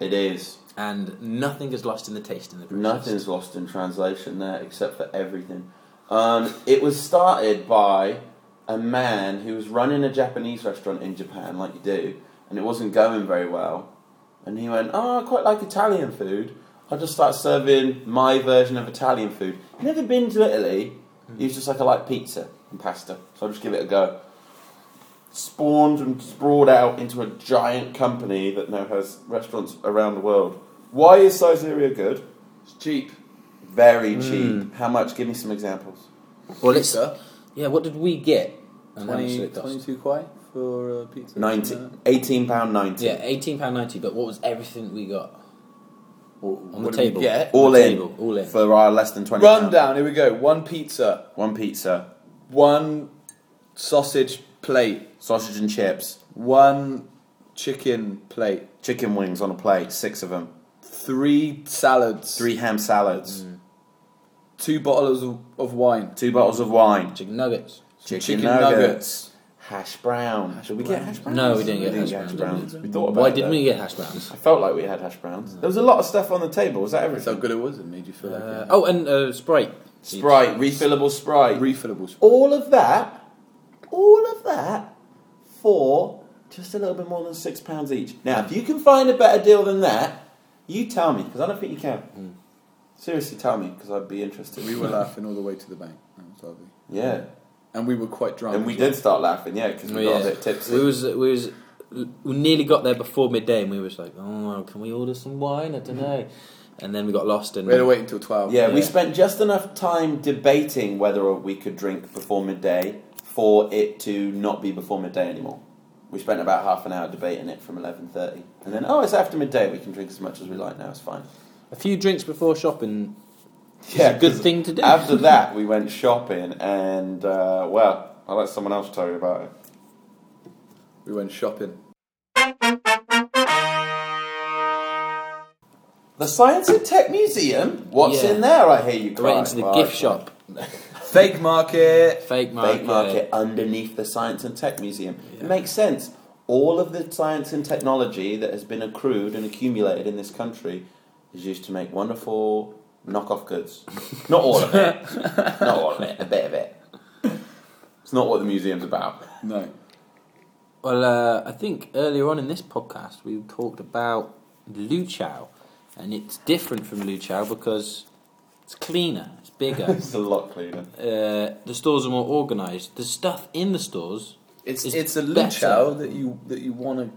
[SPEAKER 3] It is.
[SPEAKER 1] and nothing is lost in the taste in the process.
[SPEAKER 3] Nothing's lost in translation there except for everything. Um, it was started by a man who was running a Japanese restaurant in Japan, like you do, and it wasn't going very well. And he went, Oh, I quite like Italian food. I'll just start serving my version of Italian food. Never been to Italy. He was just like, I like pizza and pasta, so I'll just give it a go. Spawned and sprawled out into a giant company that now has restaurants around the world. Why is Caesarea good?
[SPEAKER 2] It's cheap.
[SPEAKER 3] Very
[SPEAKER 1] Hmm.
[SPEAKER 3] cheap. How much? Give me some examples.
[SPEAKER 1] Well, it's yeah. What did we get? And how much did
[SPEAKER 2] 20,
[SPEAKER 1] it cost?
[SPEAKER 2] 22 kwai for uh, pizza.
[SPEAKER 3] 90,
[SPEAKER 2] Uh,
[SPEAKER 3] £18.90.
[SPEAKER 1] Yeah, eighteen pound ninety. But what was everything we got on
[SPEAKER 2] what
[SPEAKER 1] the
[SPEAKER 2] did we
[SPEAKER 1] table?
[SPEAKER 2] get?
[SPEAKER 3] All
[SPEAKER 1] The
[SPEAKER 3] in.
[SPEAKER 1] table, all in.
[SPEAKER 3] For our less than 20 pound.
[SPEAKER 2] Rundown. Here we go. One pizza,
[SPEAKER 3] One pizza,
[SPEAKER 2] one sausage plate,
[SPEAKER 3] sausage and chips,
[SPEAKER 2] one chicken plate,
[SPEAKER 3] chicken wings on a plate, six of them,
[SPEAKER 2] three salads,
[SPEAKER 3] three ham salads,
[SPEAKER 1] Hmm.
[SPEAKER 2] two bottles of, of wine,
[SPEAKER 3] two bottles of wine,
[SPEAKER 1] Chicken nuggets.
[SPEAKER 3] chicken,
[SPEAKER 2] chicken
[SPEAKER 3] nuggets,
[SPEAKER 2] nuggets.
[SPEAKER 3] hash brown. Did we get hash browns?
[SPEAKER 1] No, we didn't get hash browns, did
[SPEAKER 3] We thought about
[SPEAKER 1] Why
[SPEAKER 3] it,
[SPEAKER 1] didn't
[SPEAKER 3] though.
[SPEAKER 1] we get Hmm. hash browns?
[SPEAKER 3] I felt like we had hash browns. There was a lot of stuff on the table. Was that
[SPEAKER 2] That's how
[SPEAKER 3] everything?
[SPEAKER 2] good it was. It made you feel like
[SPEAKER 1] Uh,
[SPEAKER 2] it.
[SPEAKER 1] oh, and uh, Sprite.
[SPEAKER 3] Sprite, refillable
[SPEAKER 2] oh.
[SPEAKER 3] Sprite.
[SPEAKER 2] refillable. sp-
[SPEAKER 3] all of that, all of that for just a little bit more than six pounds each. Now, if you can find a better deal than that, you tell me because I don't think you can.
[SPEAKER 1] Hmm.
[SPEAKER 3] Seriously, tell me because I'd be interested.
[SPEAKER 2] We were laughing all the way to the bank. That was lovely.
[SPEAKER 3] Yeah,
[SPEAKER 2] and we were quite drunk.
[SPEAKER 3] And we
[SPEAKER 2] as well.
[SPEAKER 3] did start laughing, yeah, because we
[SPEAKER 1] Oh,
[SPEAKER 3] got
[SPEAKER 1] yeah.
[SPEAKER 3] a bit tipsy.
[SPEAKER 1] We was we was we nearly got there before midday, and we was like, oh, can we order some wine? I don't know. And then we got lost, and
[SPEAKER 2] We had to wait until twelve.
[SPEAKER 3] yeah, we
[SPEAKER 1] Yeah.
[SPEAKER 3] spent just enough time debating whether or we could drink before midday for it to not be before midday anymore. We spent about half an hour debating it from eleven thirty, and then oh, it's after midday. We can drink as much as we like now. It's fine.
[SPEAKER 1] a few drinks before shopping.
[SPEAKER 3] Yeah,
[SPEAKER 1] is a good
[SPEAKER 3] 'cause
[SPEAKER 1] thing to do.
[SPEAKER 3] After that, we went shopping, and uh, well, I'll let someone else tell you about it.
[SPEAKER 2] we went shopping.
[SPEAKER 3] The Science and Tech Museum. What's
[SPEAKER 1] Yeah.
[SPEAKER 3] in there? I hear you.
[SPEAKER 1] I
[SPEAKER 3] Cry.
[SPEAKER 1] went into the
[SPEAKER 3] Well,
[SPEAKER 1] gift
[SPEAKER 3] I-
[SPEAKER 1] shop,
[SPEAKER 2] Fake market.
[SPEAKER 1] fake market.
[SPEAKER 3] Fake market underneath the Science and Tech Museum.
[SPEAKER 1] Yeah.
[SPEAKER 3] It makes sense. All of the science and technology that has been accrued and accumulated in this country is used to make wonderful knockoff goods. Not all of it. not all of it. A bit of it. It's not what the museum's about.
[SPEAKER 2] No.
[SPEAKER 1] Well, uh, I think earlier on in this podcast we talked about Lu Chow, and it's different from Lu Chow because it's cleaner, it's bigger.
[SPEAKER 3] It's a lot cleaner.
[SPEAKER 1] uh, the stores are more organised. The stuff in the stores,
[SPEAKER 2] It's
[SPEAKER 1] It's
[SPEAKER 2] it's, a
[SPEAKER 1] better.
[SPEAKER 2] luchao that you that you want to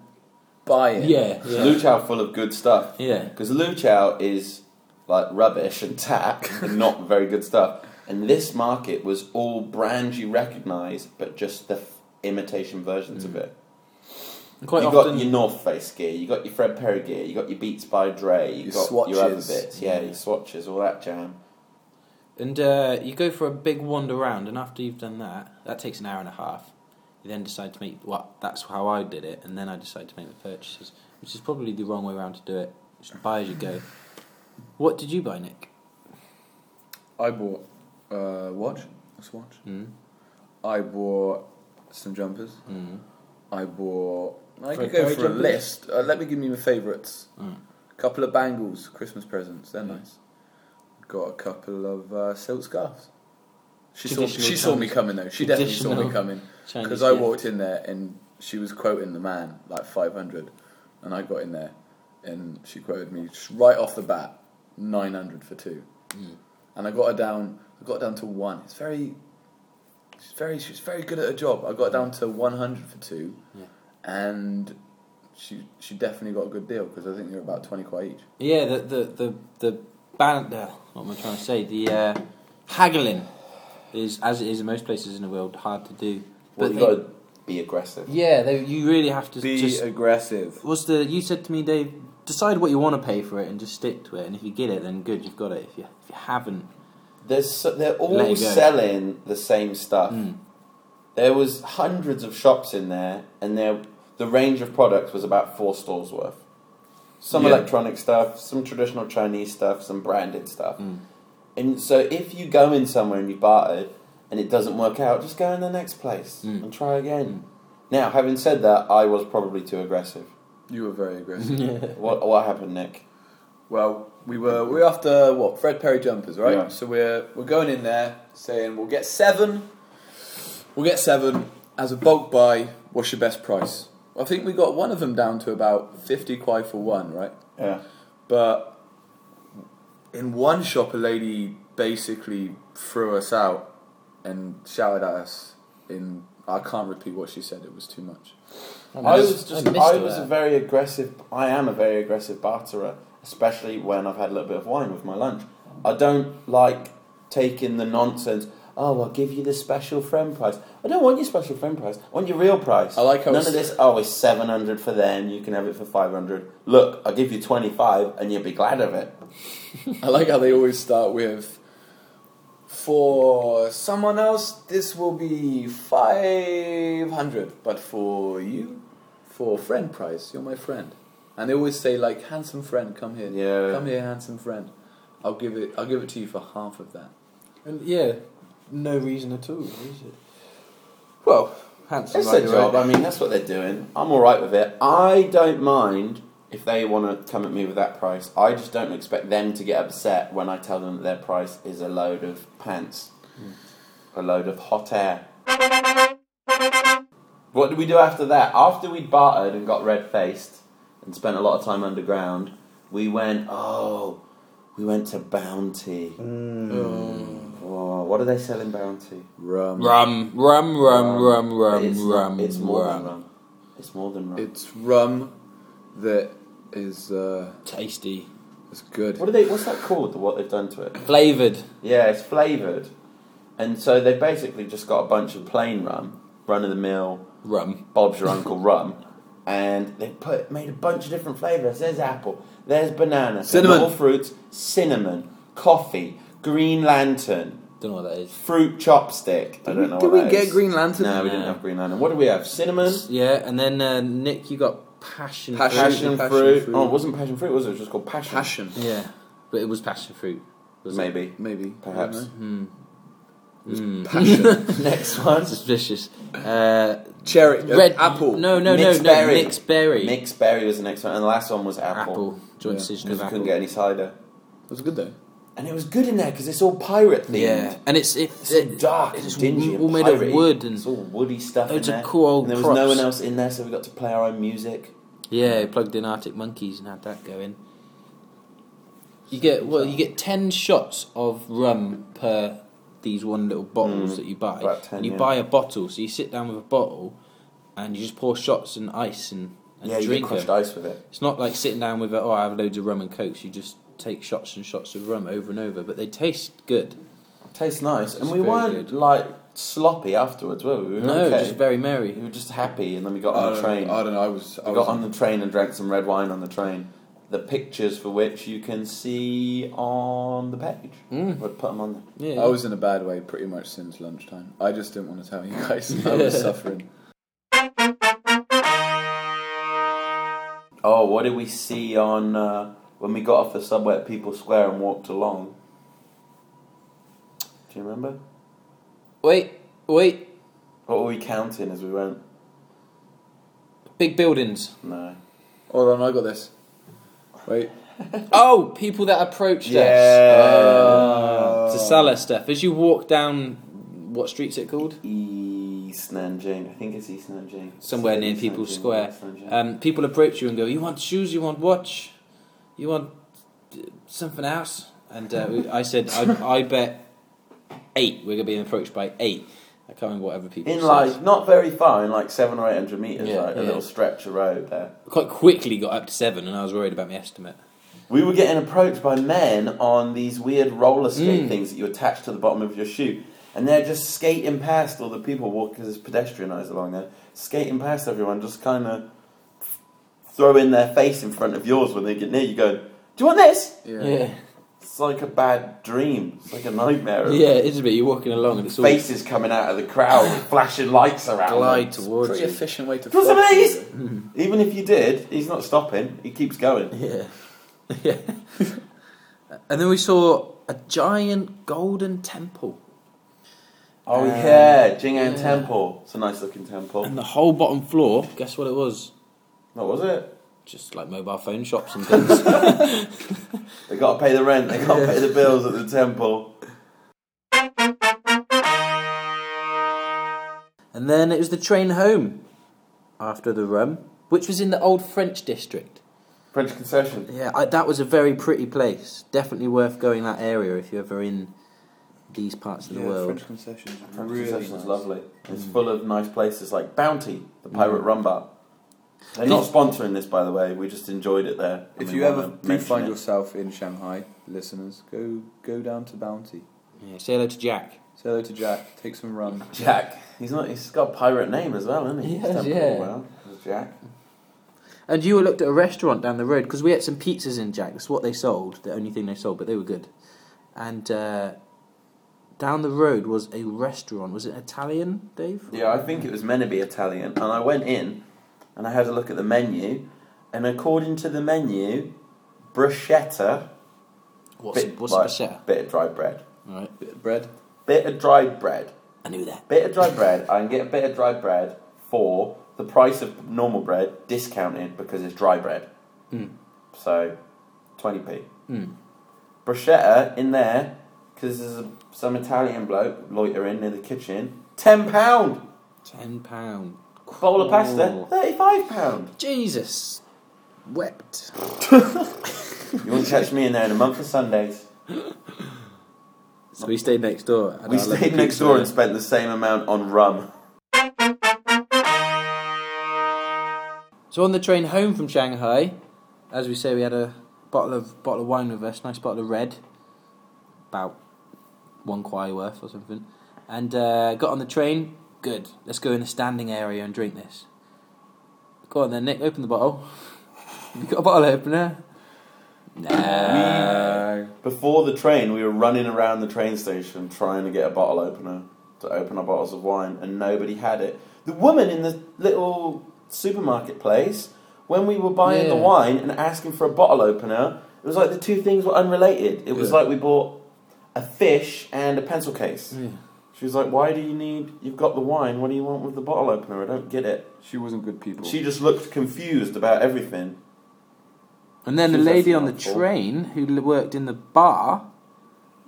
[SPEAKER 2] buy in.
[SPEAKER 1] yeah,
[SPEAKER 3] It's
[SPEAKER 1] yeah,
[SPEAKER 3] Lu Chow full of good stuff.
[SPEAKER 1] yeah.
[SPEAKER 3] Because Lu Chow is like rubbish and tack and not very good stuff. And this market was all brands you recognise, but just the f- imitation versions of it.
[SPEAKER 1] Mm. Quite
[SPEAKER 3] you
[SPEAKER 1] often,
[SPEAKER 3] got your North Face gear, you got your Fred Perry gear, you got your Beats by Dre, you
[SPEAKER 2] Your
[SPEAKER 3] got your other
[SPEAKER 2] swatches.
[SPEAKER 3] bits, yeah,
[SPEAKER 1] Mm.
[SPEAKER 3] your swatches, all that jam.
[SPEAKER 1] and uh, you go for a big wander round, and after you've done that, that takes an hour and a half. You then decide to make well, that's how I did it, and then I decide to make the purchases, which is probably the wrong way around to do it. Just buy as you go. What did you buy, Nick?
[SPEAKER 2] I bought a watch. A swatch.
[SPEAKER 3] Hmm?
[SPEAKER 1] Mm.
[SPEAKER 2] I bought some jumpers.
[SPEAKER 1] Mm.
[SPEAKER 2] I bought. I
[SPEAKER 1] Fred
[SPEAKER 2] could go
[SPEAKER 1] Perry
[SPEAKER 2] for
[SPEAKER 1] jumpers?
[SPEAKER 2] a list. Uh, let me give you my favourites.
[SPEAKER 1] Mm.
[SPEAKER 2] Couple of bangles, Christmas presents. They're
[SPEAKER 1] Yeah.
[SPEAKER 2] nice. Got a couple of uh, silk scarves. She saw.
[SPEAKER 1] Traditional
[SPEAKER 2] She saw me
[SPEAKER 1] times.
[SPEAKER 2] coming though. She definitely saw me
[SPEAKER 1] Traditional
[SPEAKER 2] coming
[SPEAKER 1] Chinese
[SPEAKER 2] because I
[SPEAKER 1] gift.
[SPEAKER 2] walked in there and she was quoting the man like five hundred, and I got in there and she quoted me just right off the bat nine hundred for two,
[SPEAKER 1] Mm.
[SPEAKER 2] and I got her down. I got her down to one. It's very. She's very. She's very good at her job. I got her down to one hundred for two,
[SPEAKER 1] Yeah.
[SPEAKER 2] and she she definitely got a good deal because I think they're about twenty quid each.
[SPEAKER 1] Yeah, the the the the ban- uh, What am I trying to say? The uh, haggling is, as it is in most places in the world, hard to do.
[SPEAKER 3] Well, you
[SPEAKER 1] they-
[SPEAKER 3] got to be aggressive.
[SPEAKER 1] yeah, they, you really have to just.
[SPEAKER 2] aggressive.
[SPEAKER 1] What's the? You said to me, Dave. Decide what you want to pay for it and just stick to it. And if you get it, then good, you've got it. If you if you haven't,
[SPEAKER 3] There's, so- they're
[SPEAKER 1] Let
[SPEAKER 3] all
[SPEAKER 1] it go.
[SPEAKER 3] selling the same stuff.
[SPEAKER 1] Mm.
[SPEAKER 3] There was hundreds of shops in there, and there the range of products was about four stores worth. Some
[SPEAKER 2] Yeah.
[SPEAKER 3] electronic stuff, some traditional Chinese stuff, some branded stuff. And so, if you go in somewhere and you bartered and it doesn't work out, just go in the next place
[SPEAKER 1] Mm.
[SPEAKER 3] and try again. Now, having said that, I was probably too aggressive.
[SPEAKER 2] You were very
[SPEAKER 1] mm.
[SPEAKER 2] aggressive.
[SPEAKER 3] What what happened, Nick?
[SPEAKER 2] Well, we were we were after what Fred Perry jumpers, right?
[SPEAKER 3] Yeah.
[SPEAKER 2] So we're we're going in there saying we'll get seven, we'll get seven as a bulk buy. What's your best price? I think we got one of them down to about fifty quid for one, right?
[SPEAKER 3] Yeah.
[SPEAKER 2] But in one shop, a lady basically threw us out and shouted at us. In I can't repeat what she said; it was too much.
[SPEAKER 3] I was just
[SPEAKER 1] missed
[SPEAKER 3] I
[SPEAKER 1] all
[SPEAKER 3] was a
[SPEAKER 1] that.
[SPEAKER 3] very aggressive I am a very aggressive barterer, especially when I've had a little bit of wine with my lunch. I don't like taking the nonsense. Oh, I'll give you the special friend price. I don't want your special friend price. I want your real price.
[SPEAKER 2] I like how
[SPEAKER 3] none
[SPEAKER 2] it's-
[SPEAKER 3] of this. Oh, it's seven hundred for them. You can have it for five hundred. Look, I'll give you twenty five, and you'll be glad of it.
[SPEAKER 2] I like how they always start with for someone else this will be 500 but for you for friend price you're my friend and they always say like handsome friend come here
[SPEAKER 3] Yeah.
[SPEAKER 2] come here handsome friend I'll give it I'll give it to you for half of that
[SPEAKER 1] And yeah, no reason at all, is it?
[SPEAKER 2] well
[SPEAKER 1] Handsome,
[SPEAKER 3] It's
[SPEAKER 1] right
[SPEAKER 3] their
[SPEAKER 1] away.
[SPEAKER 3] job. I mean, that's what they're doing. I'm all right with it. I don't mind if they want to come at me with that price. I just don't expect them to get upset when I tell them that their price is a load of pants, a load of hot air. What did we do after that? After we bartered and got red faced and spent a lot of time underground,
[SPEAKER 1] Mm.
[SPEAKER 3] we went. Oh, we went to Bounty. Oh, what do they sell in Bounty?
[SPEAKER 2] Rum.
[SPEAKER 1] Rum, rum, rum, rum, rum,
[SPEAKER 3] it's not-
[SPEAKER 1] rum.
[SPEAKER 3] It's more
[SPEAKER 1] rum.
[SPEAKER 3] than rum. It's more than rum.
[SPEAKER 2] It's rum that is uh,
[SPEAKER 1] Tasty.
[SPEAKER 2] is good.
[SPEAKER 3] what are they? What's that called? The, what they've done to it?
[SPEAKER 1] Flavoured.
[SPEAKER 3] Yeah, it's flavored, and so they've basically just got a bunch of plain rum, run of the mill,
[SPEAKER 1] Rum.
[SPEAKER 3] Bob's your uncle rum, and they put made a bunch of different flavors. There's apple, there's banana,
[SPEAKER 2] Cinnamon.
[SPEAKER 3] all fruits, cinnamon, coffee, Green Lantern,
[SPEAKER 1] Don't know what that is.
[SPEAKER 3] fruit chopstick. I don't know.
[SPEAKER 2] Did
[SPEAKER 3] what
[SPEAKER 2] we
[SPEAKER 3] that
[SPEAKER 2] get
[SPEAKER 3] is.
[SPEAKER 2] Green Lantern?
[SPEAKER 3] No, we didn't have Green Lantern. What do we have? Cinnamon.
[SPEAKER 1] Yeah, and then uh, Nick, you got passion.
[SPEAKER 2] Passion.
[SPEAKER 1] fruit.
[SPEAKER 3] Passion,
[SPEAKER 2] Passion
[SPEAKER 3] fruit.
[SPEAKER 2] fruit.
[SPEAKER 3] Oh, it wasn't passion fruit, was it? It was just called passion.
[SPEAKER 2] Passion,
[SPEAKER 1] Yeah, but it was passion fruit. Was it? Hmm.
[SPEAKER 3] Maybe.
[SPEAKER 2] maybe.
[SPEAKER 3] Perhaps.
[SPEAKER 2] I don't know.
[SPEAKER 1] Mm.
[SPEAKER 2] Passion.
[SPEAKER 3] Next one.
[SPEAKER 1] Suspicious. Uh,
[SPEAKER 2] Cherry. uh,
[SPEAKER 1] red
[SPEAKER 2] apple.
[SPEAKER 1] No, no,
[SPEAKER 3] Mixed
[SPEAKER 1] no, no.
[SPEAKER 3] berry.
[SPEAKER 1] Mixed berry.
[SPEAKER 3] Mixed berry was the next one, and the last one was
[SPEAKER 1] apple.
[SPEAKER 3] apple.
[SPEAKER 1] Joint
[SPEAKER 2] Yeah.
[SPEAKER 1] decision of
[SPEAKER 3] Because we
[SPEAKER 1] apple.
[SPEAKER 3] couldn't get any cider.
[SPEAKER 2] It was good though.
[SPEAKER 3] And it was good in there because it's all pirate themed.
[SPEAKER 1] yeah, and it's it,
[SPEAKER 3] It's all
[SPEAKER 1] it,
[SPEAKER 3] dark
[SPEAKER 1] it's
[SPEAKER 3] and dingy
[SPEAKER 1] all
[SPEAKER 3] and
[SPEAKER 1] made of
[SPEAKER 3] piratey.
[SPEAKER 1] wood and-
[SPEAKER 3] it's all woody stuff.
[SPEAKER 1] loads
[SPEAKER 3] in
[SPEAKER 1] of
[SPEAKER 3] there.
[SPEAKER 1] cool old
[SPEAKER 3] And there was no
[SPEAKER 1] props.
[SPEAKER 3] one else in there, so we got to play our own music.
[SPEAKER 1] yeah. It plugged in Arctic Monkeys and had that going. You get well. You get ten shots of rum per these one little bottles
[SPEAKER 3] Mm,
[SPEAKER 1] that you buy.
[SPEAKER 3] about 10,
[SPEAKER 1] and you
[SPEAKER 3] yeah.
[SPEAKER 1] buy a bottle, so you sit down with a bottle, and you just pour shots and ice and, and
[SPEAKER 3] yeah, you get
[SPEAKER 1] drink
[SPEAKER 3] crushed
[SPEAKER 1] them.
[SPEAKER 3] ice with it.
[SPEAKER 1] It's not like sitting down with a, oh, I have loads of rum and cokes. You just take shots and shots of rum over and over, but they taste good.
[SPEAKER 3] Tastes nice, and
[SPEAKER 1] It's
[SPEAKER 3] we
[SPEAKER 1] very
[SPEAKER 3] weren't
[SPEAKER 1] good.
[SPEAKER 3] like sloppy afterwards, were we? We were
[SPEAKER 1] No,
[SPEAKER 3] Mm, okay.
[SPEAKER 1] just very Oh, merry.
[SPEAKER 3] we were just happy, and then we got
[SPEAKER 2] I
[SPEAKER 3] on the
[SPEAKER 2] don't
[SPEAKER 3] train.
[SPEAKER 2] Know, I don't know. I was. I
[SPEAKER 3] We
[SPEAKER 2] was
[SPEAKER 3] got on the train and drank some red wine on the train. The pictures for which you can see on the page.
[SPEAKER 1] Mm.
[SPEAKER 3] We'll put them on there.
[SPEAKER 1] Yeah.
[SPEAKER 2] I was in a bad way pretty much since lunchtime. I just didn't want to tell you guys. I was suffering.
[SPEAKER 3] Oh, what did we see on uh, when we got off the subway at People Square and walked along? Do you remember?
[SPEAKER 1] Wait, wait.
[SPEAKER 3] What were we counting as we went?
[SPEAKER 1] Big buildings.
[SPEAKER 3] No.
[SPEAKER 2] Hold on, I got this. Wait.
[SPEAKER 1] Oh, people that approached us.
[SPEAKER 3] Yeah.
[SPEAKER 1] To sell us stuff. As you walk down, what street's it called?
[SPEAKER 3] East Nanjing. I think it's East Nanjing.
[SPEAKER 1] Somewhere near
[SPEAKER 3] East
[SPEAKER 1] People's
[SPEAKER 3] Nanjing,
[SPEAKER 1] Square.
[SPEAKER 3] East Nanjing.
[SPEAKER 1] Um, people approach you and go, "You want shoes? You want watch? You want uh, something else?" And uh, we- I said, I, "I bet eight. We're gonna be approached by eight. I can't remember what other people
[SPEAKER 3] in
[SPEAKER 1] said.
[SPEAKER 3] like not very far, in like seven or eight hundred meters,
[SPEAKER 1] Yeah,
[SPEAKER 3] like
[SPEAKER 1] yeah.
[SPEAKER 3] a little stretch of road there.
[SPEAKER 1] Quite quickly got up to seven, and I was worried about my estimate.
[SPEAKER 3] We were getting approached by men on these weird roller skate
[SPEAKER 1] Mm.
[SPEAKER 3] things that you attach to the bottom of your shoe. And they're just skating past all the people walking, because it's pedestrianised along there, skating past everyone, just kind of throwing their face in front of yours when they get near you, going, Do you want this?
[SPEAKER 2] Yeah.
[SPEAKER 3] It's like a bad dream. It's like a nightmare.
[SPEAKER 1] yeah, it is a bit. You're walking along, and it's all
[SPEAKER 3] Faces coming out of the crowd with flashing lights around.
[SPEAKER 1] glide
[SPEAKER 3] them.
[SPEAKER 1] towards
[SPEAKER 2] Pretty
[SPEAKER 1] you.
[SPEAKER 2] efficient way to.
[SPEAKER 3] Do you want some of
[SPEAKER 2] flog
[SPEAKER 3] these?
[SPEAKER 2] people.
[SPEAKER 3] Even if you did, he's not stopping. He keeps going.
[SPEAKER 1] Yeah. Yeah. and then we saw a giant golden temple.
[SPEAKER 3] Oh,
[SPEAKER 1] Uh,
[SPEAKER 3] yeah,
[SPEAKER 1] yeah.
[SPEAKER 3] Jing'an Temple. It's a nice looking temple.
[SPEAKER 1] And the whole bottom floor, guess what it was?
[SPEAKER 3] What was it?
[SPEAKER 1] Just like mobile phone shops and things.
[SPEAKER 3] They gotta pay the rent, they gotta pay the bills at the temple.
[SPEAKER 1] and then it was the train home after the rum, which was in the old French district.
[SPEAKER 3] French concession.
[SPEAKER 1] Yeah, I, that was a very pretty place. Definitely worth going that area if you're ever in these parts of the world.
[SPEAKER 2] French concessions. are
[SPEAKER 3] French
[SPEAKER 2] really
[SPEAKER 3] concession's
[SPEAKER 2] nice. Mm.
[SPEAKER 3] lovely. It's full of nice places like Bounty, the pirate rum bar. They're
[SPEAKER 1] Did-
[SPEAKER 3] not sponsoring this, by the way, we just enjoyed it there. and
[SPEAKER 2] If
[SPEAKER 3] we
[SPEAKER 2] you
[SPEAKER 3] wanna
[SPEAKER 2] ever do
[SPEAKER 3] mention
[SPEAKER 2] find
[SPEAKER 3] it.
[SPEAKER 2] yourself in Shanghai, listeners, go go down to Bounty.
[SPEAKER 1] Yeah, say hello to Jack.
[SPEAKER 2] Say hello to Jack. Take some rum.
[SPEAKER 3] Jack, he's not. He's got a pirate name as well, isn't he?
[SPEAKER 1] He
[SPEAKER 3] He's
[SPEAKER 1] has,
[SPEAKER 3] done
[SPEAKER 1] yeah.
[SPEAKER 3] pretty well. It's Jack.
[SPEAKER 1] And you looked at a restaurant down the road because we had some pizzas in Jack. That's what they sold, the only thing they sold, but they were good. And uh, down the road was a restaurant. Was it Italian, Dave?
[SPEAKER 3] Yeah, I think it was meant to be Italian, and I went in, and I had a look at the menu, and according to the menu, bruschetta,
[SPEAKER 1] What's,
[SPEAKER 3] bit
[SPEAKER 1] what's
[SPEAKER 3] like-
[SPEAKER 1] a bruschetta?
[SPEAKER 3] bit of dry bread,
[SPEAKER 1] All right,
[SPEAKER 2] Bit of bread.
[SPEAKER 3] bit of dried bread,
[SPEAKER 1] I knew that.
[SPEAKER 3] Bit of dry bread. I can get a bit of dry bread for the price of normal bread discounted because it's dry bread.
[SPEAKER 1] Mm.
[SPEAKER 3] So, 20p.
[SPEAKER 1] Mm.
[SPEAKER 3] Bruschetta in there, because there's a, some Italian bloke loitering near the kitchen. £10!
[SPEAKER 1] Ten pound
[SPEAKER 3] Bowl of pasta,
[SPEAKER 1] Cool.
[SPEAKER 3] £35.
[SPEAKER 1] Jesus, wept.
[SPEAKER 3] You won't catch me in there in a month of Sundays.
[SPEAKER 1] So we stayed next door. and
[SPEAKER 3] We
[SPEAKER 1] I love
[SPEAKER 3] stayed
[SPEAKER 1] the
[SPEAKER 3] next
[SPEAKER 1] pizza
[SPEAKER 3] door
[SPEAKER 1] there.
[SPEAKER 3] and spent the same amount on rum.
[SPEAKER 1] So on the train home from Shanghai, as we say, we had a bottle of bottle of wine with us, nice bottle of red, about one kwai worth or something, and uh, got on the train. Good, let's go in the standing area and drink this. Go on then, Nick. Open the bottle. You got a bottle opener?
[SPEAKER 2] Uh,
[SPEAKER 1] Nah.
[SPEAKER 3] Before the train, we were running around the train station trying to get a bottle opener to open our bottles of wine, and nobody had it. The woman in the little supermarket place, when we were buying the
[SPEAKER 1] Yeah.
[SPEAKER 3] wine and asking for a bottle opener, it was like the two things were unrelated. It was
[SPEAKER 2] Yeah.
[SPEAKER 3] like we bought a fish and a pencil case.
[SPEAKER 1] Yeah.
[SPEAKER 3] She was like, Why do you need, you've got the wine, what do you want with the bottle opener? I don't get it.
[SPEAKER 2] She wasn't good people.
[SPEAKER 3] She just looked confused about everything.
[SPEAKER 1] And then the
[SPEAKER 3] Seems like
[SPEAKER 1] lady on the
[SPEAKER 3] mouthful.
[SPEAKER 1] train who l- worked in the bar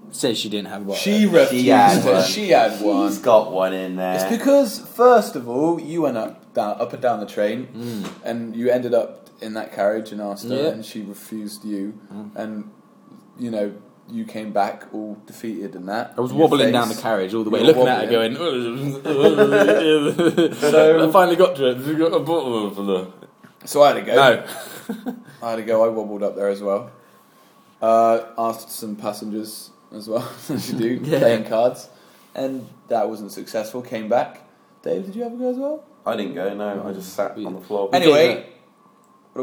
[SPEAKER 1] says she didn't have a bottle.
[SPEAKER 2] she
[SPEAKER 1] opener.
[SPEAKER 2] refused.
[SPEAKER 3] She had
[SPEAKER 2] it.
[SPEAKER 3] one.
[SPEAKER 2] She had
[SPEAKER 3] He's
[SPEAKER 2] one.
[SPEAKER 3] got one in there.
[SPEAKER 2] It's because first of all, you went up down up and down the train,
[SPEAKER 1] Mm.
[SPEAKER 2] and you ended up in that carriage and asked her,
[SPEAKER 1] Yeah. Mm.
[SPEAKER 2] and she refused you, and you know you came back all defeated and that.
[SPEAKER 1] I was
[SPEAKER 2] in your
[SPEAKER 1] wobbling
[SPEAKER 2] face.
[SPEAKER 1] down the carriage all the way,
[SPEAKER 2] You were
[SPEAKER 1] looking at her, going. so I finally got to it. You got a bottle of the.
[SPEAKER 2] So I had to go.
[SPEAKER 1] No,
[SPEAKER 2] I had to go. I wobbled up there as well. Uh, asked some passengers as well, as you do,
[SPEAKER 1] Yeah.
[SPEAKER 2] playing cards, and that wasn't successful. Came back. Dave, did you have a go as well?
[SPEAKER 3] I didn't go, no, I just sat on the floor.
[SPEAKER 1] And- did
[SPEAKER 2] Anyway,
[SPEAKER 1] that.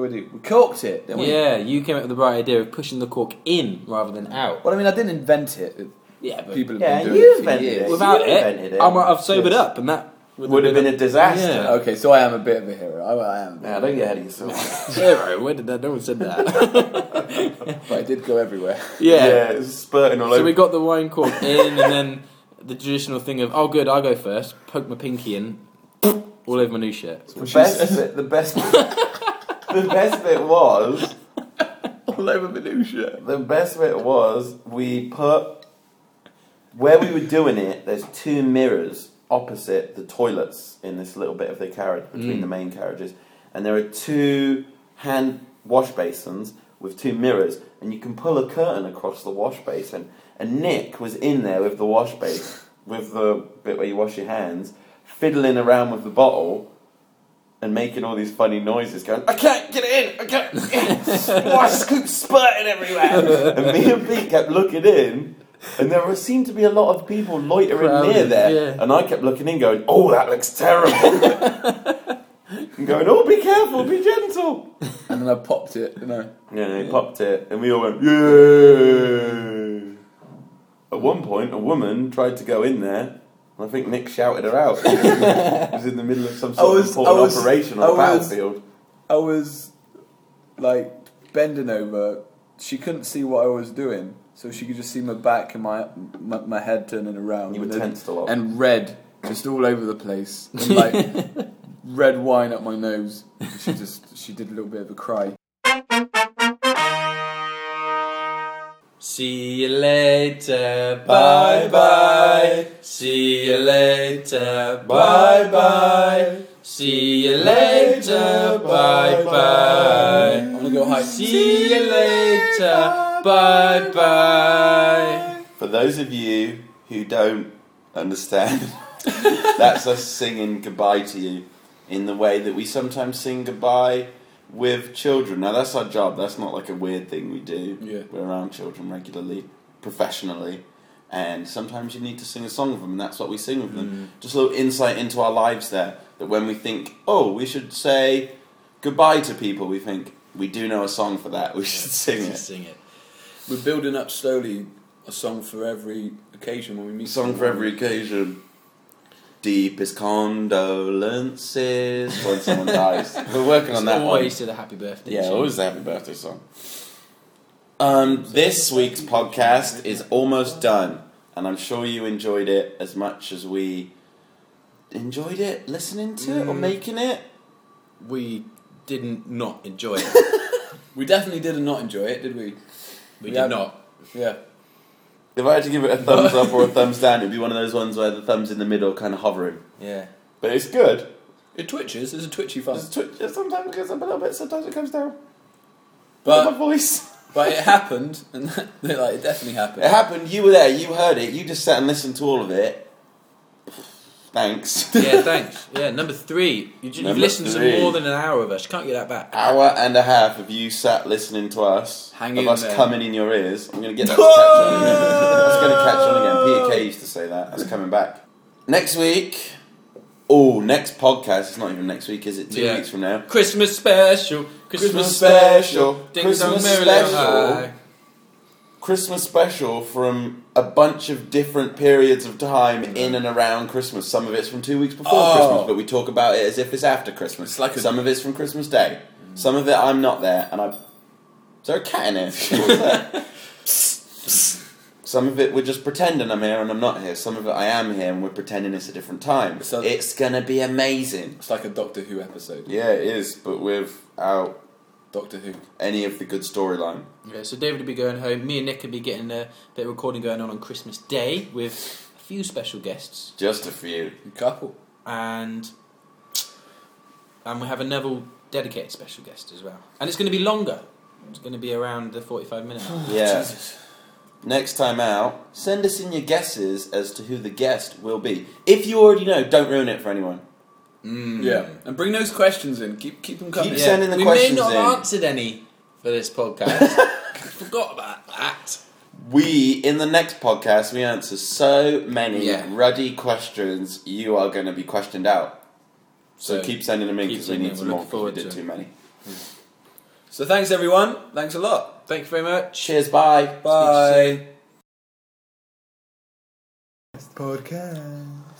[SPEAKER 2] what do we do? We corked it. Didn't we?
[SPEAKER 1] yeah, you came up with the bright idea of pushing the cork in rather than out.
[SPEAKER 2] Well, I mean, I didn't invent it. It-
[SPEAKER 1] Yeah, but
[SPEAKER 2] People have
[SPEAKER 3] Yeah,
[SPEAKER 2] been doing
[SPEAKER 3] you
[SPEAKER 2] it for
[SPEAKER 3] invented
[SPEAKER 2] years.
[SPEAKER 3] it.
[SPEAKER 1] without
[SPEAKER 3] you
[SPEAKER 1] it,
[SPEAKER 3] invented it.
[SPEAKER 1] I might have sobered
[SPEAKER 2] Yes.
[SPEAKER 1] up, and that
[SPEAKER 3] Would have been a disaster.
[SPEAKER 1] Yeah.
[SPEAKER 2] Okay, so I am a bit of a hero. I, I am,
[SPEAKER 3] Now, Oh, don't get ahead of yourself.
[SPEAKER 1] zero. Where did that? No one said that.
[SPEAKER 2] but I did go everywhere.
[SPEAKER 1] yeah.
[SPEAKER 3] it's spurting all
[SPEAKER 1] So
[SPEAKER 3] over.
[SPEAKER 1] we got the wine cork in, and then the traditional thing of, oh, good, I'll go first. Poke my pinky in, all over my new shirt.
[SPEAKER 3] the best bit, the best, the best bit was
[SPEAKER 2] All over minutia.
[SPEAKER 3] the best bit was we put where we were doing it. There's two mirrors opposite the toilets in this little bit of the carriage between the main carriages, and there are two hand wash basins with two mirrors, and you can pull a curtain across the wash basin. And Nick was in there with the wash basin, with the bit where you wash your hands, fiddling around with the bottle. And making all these funny noises, going, I can't get it in, I can't, wash keeps spurting everywhere. and me and Pete kept looking in, and there were- seemed to be a lot of people loitering
[SPEAKER 1] Crowded,
[SPEAKER 3] near there.
[SPEAKER 1] yeah.
[SPEAKER 3] And I kept looking in, going, Oh, that looks terrible. and going, Oh, be careful, be gentle.
[SPEAKER 2] And then I popped it. You know.
[SPEAKER 3] Yeah, and he popped it, and we all went, Yay! At one point, a woman tried to go in there. and I think Nick shouted her out. It was in the middle of some sort
[SPEAKER 2] was-
[SPEAKER 3] of important
[SPEAKER 2] I was-
[SPEAKER 3] operation on
[SPEAKER 2] I
[SPEAKER 3] the
[SPEAKER 2] was-
[SPEAKER 3] battlefield.
[SPEAKER 2] I was like bending over. She couldn't see what I was doing, so she could just see my back and my my, my head turning around.
[SPEAKER 3] You were
[SPEAKER 2] and then-
[SPEAKER 3] tensed a lot.
[SPEAKER 2] And red just all over the place. And, like red wine up my nose. She just she did a little bit of a cry.
[SPEAKER 1] See you later, bye bye. See you later, bye bye. See you later, bye bye.
[SPEAKER 2] I'm gonna go hide.
[SPEAKER 1] See you later, bye bye.
[SPEAKER 3] For those of you who don't understand, that's us singing goodbye to you in the way that we sometimes sing goodbye with children. Now, that's our job, that's not like a weird thing we do.
[SPEAKER 2] Yeah.
[SPEAKER 3] We're around children regularly, professionally, and sometimes you need to sing a song with them, and that's what we sing with them. Just a little insight into our lives there that when we think, oh, we should say goodbye to people, we think, we do know a song for that, we should sing it.
[SPEAKER 1] Sing it.
[SPEAKER 2] We're building up slowly a song for every occasion when we meet.
[SPEAKER 3] Song for
[SPEAKER 2] someone.
[SPEAKER 3] every occasion. Deepest condolences when someone dies. We're working on that one.
[SPEAKER 1] Always did a happy birthday.
[SPEAKER 3] Yeah,
[SPEAKER 1] tune.
[SPEAKER 3] always the happy birthday song. Um, this week's podcast is almost done, and I'm sure you enjoyed it as much as we enjoyed it listening to it or making it.
[SPEAKER 1] We didn't not enjoy it.
[SPEAKER 2] We definitely did not enjoy it, did we?
[SPEAKER 1] We
[SPEAKER 2] Yeah.
[SPEAKER 1] did not.
[SPEAKER 2] Yeah.
[SPEAKER 3] If I had to give it a thumbs up or a thumbs down, it'd be one of those ones where the thumb's in the middle, kind of hovering.
[SPEAKER 1] Yeah.
[SPEAKER 3] But it's good.
[SPEAKER 2] It twitches. It's a twitchy fun.
[SPEAKER 3] It's twi- Sometimes it goes up a little bit, sometimes it comes down. But
[SPEAKER 2] But
[SPEAKER 3] my voice.
[SPEAKER 2] But it happened, and like, it definitely happened.
[SPEAKER 3] It happened. You were there. You heard it. You just sat and listened to all of it. Thanks.
[SPEAKER 1] yeah, thanks. Yeah, number three. You, you've
[SPEAKER 3] Number
[SPEAKER 1] listened
[SPEAKER 3] three.
[SPEAKER 1] to more than an hour of us. You can't get that back.
[SPEAKER 3] Hour and a half of you sat listening to us,
[SPEAKER 1] Hang
[SPEAKER 3] of
[SPEAKER 1] in
[SPEAKER 3] us
[SPEAKER 1] there.
[SPEAKER 3] coming in your ears. I'm going to get that to catch on again. That's going to catch on again. Peter Kay used to say that. That's coming back next week. Oh, next podcast. It's not even next week, is it? Two
[SPEAKER 1] Yeah.
[SPEAKER 3] weeks from now.
[SPEAKER 1] Christmas special. Christmas,
[SPEAKER 3] Christmas special.
[SPEAKER 1] Ding dong,
[SPEAKER 3] Christmas
[SPEAKER 1] merrily
[SPEAKER 3] special.
[SPEAKER 1] high.
[SPEAKER 3] Christmas special from a bunch of different periods of time in and around Christmas. Some of it's from two weeks before
[SPEAKER 2] Oh.
[SPEAKER 3] Christmas, but we talk about it as if it's Mm. after Christmas.
[SPEAKER 2] It's like a-
[SPEAKER 3] Some of it's from Christmas Day. Some of it I'm not there, and I. Is there a cat in here? What's that? Some of it we're just pretending I'm here and I'm not here. Some of it I am here and we're pretending it's a different time.
[SPEAKER 2] So-
[SPEAKER 3] it's gonna be amazing.
[SPEAKER 2] It's like a Doctor Who episode.
[SPEAKER 3] Yeah, it is, but without
[SPEAKER 2] Doctor Who.
[SPEAKER 3] any of the good storyline.
[SPEAKER 1] Yeah, so David will be going home. Me and Nick will be getting a bit of recording going on on Christmas Day with a few special guests,
[SPEAKER 3] Just a few.
[SPEAKER 2] Couple.
[SPEAKER 1] and and we have another dedicated special guest as well. And it's going to be longer. It's going to be around the forty-five minute. mark.
[SPEAKER 3] Yeah. Next time out, send us in your guesses as to who the guest will be. If you already know, don't ruin it for anyone.
[SPEAKER 1] Hmm.
[SPEAKER 2] Yeah. And bring those questions in. Keep keep them coming.
[SPEAKER 3] Keep sending the
[SPEAKER 1] we
[SPEAKER 3] questions
[SPEAKER 1] may not
[SPEAKER 3] in.
[SPEAKER 1] have answered any for this podcast. Forgot about that.
[SPEAKER 3] We, in the next podcast, we answer so many
[SPEAKER 1] Yeah.
[SPEAKER 3] ruddy questions, you are going to be questioned out. So
[SPEAKER 1] So,
[SPEAKER 3] keep sending them in
[SPEAKER 1] keep
[SPEAKER 3] because we
[SPEAKER 1] sending
[SPEAKER 3] need
[SPEAKER 1] them.
[SPEAKER 3] some
[SPEAKER 1] We're
[SPEAKER 3] more.
[SPEAKER 1] looking
[SPEAKER 3] We
[SPEAKER 1] forward
[SPEAKER 3] did
[SPEAKER 1] to
[SPEAKER 3] too
[SPEAKER 1] it.
[SPEAKER 3] many.
[SPEAKER 2] So thanks everyone. Thanks a lot.
[SPEAKER 1] Thank you very much.
[SPEAKER 3] Cheers, bye. Speak to you soon.
[SPEAKER 2] Bye.
[SPEAKER 5] Podcast.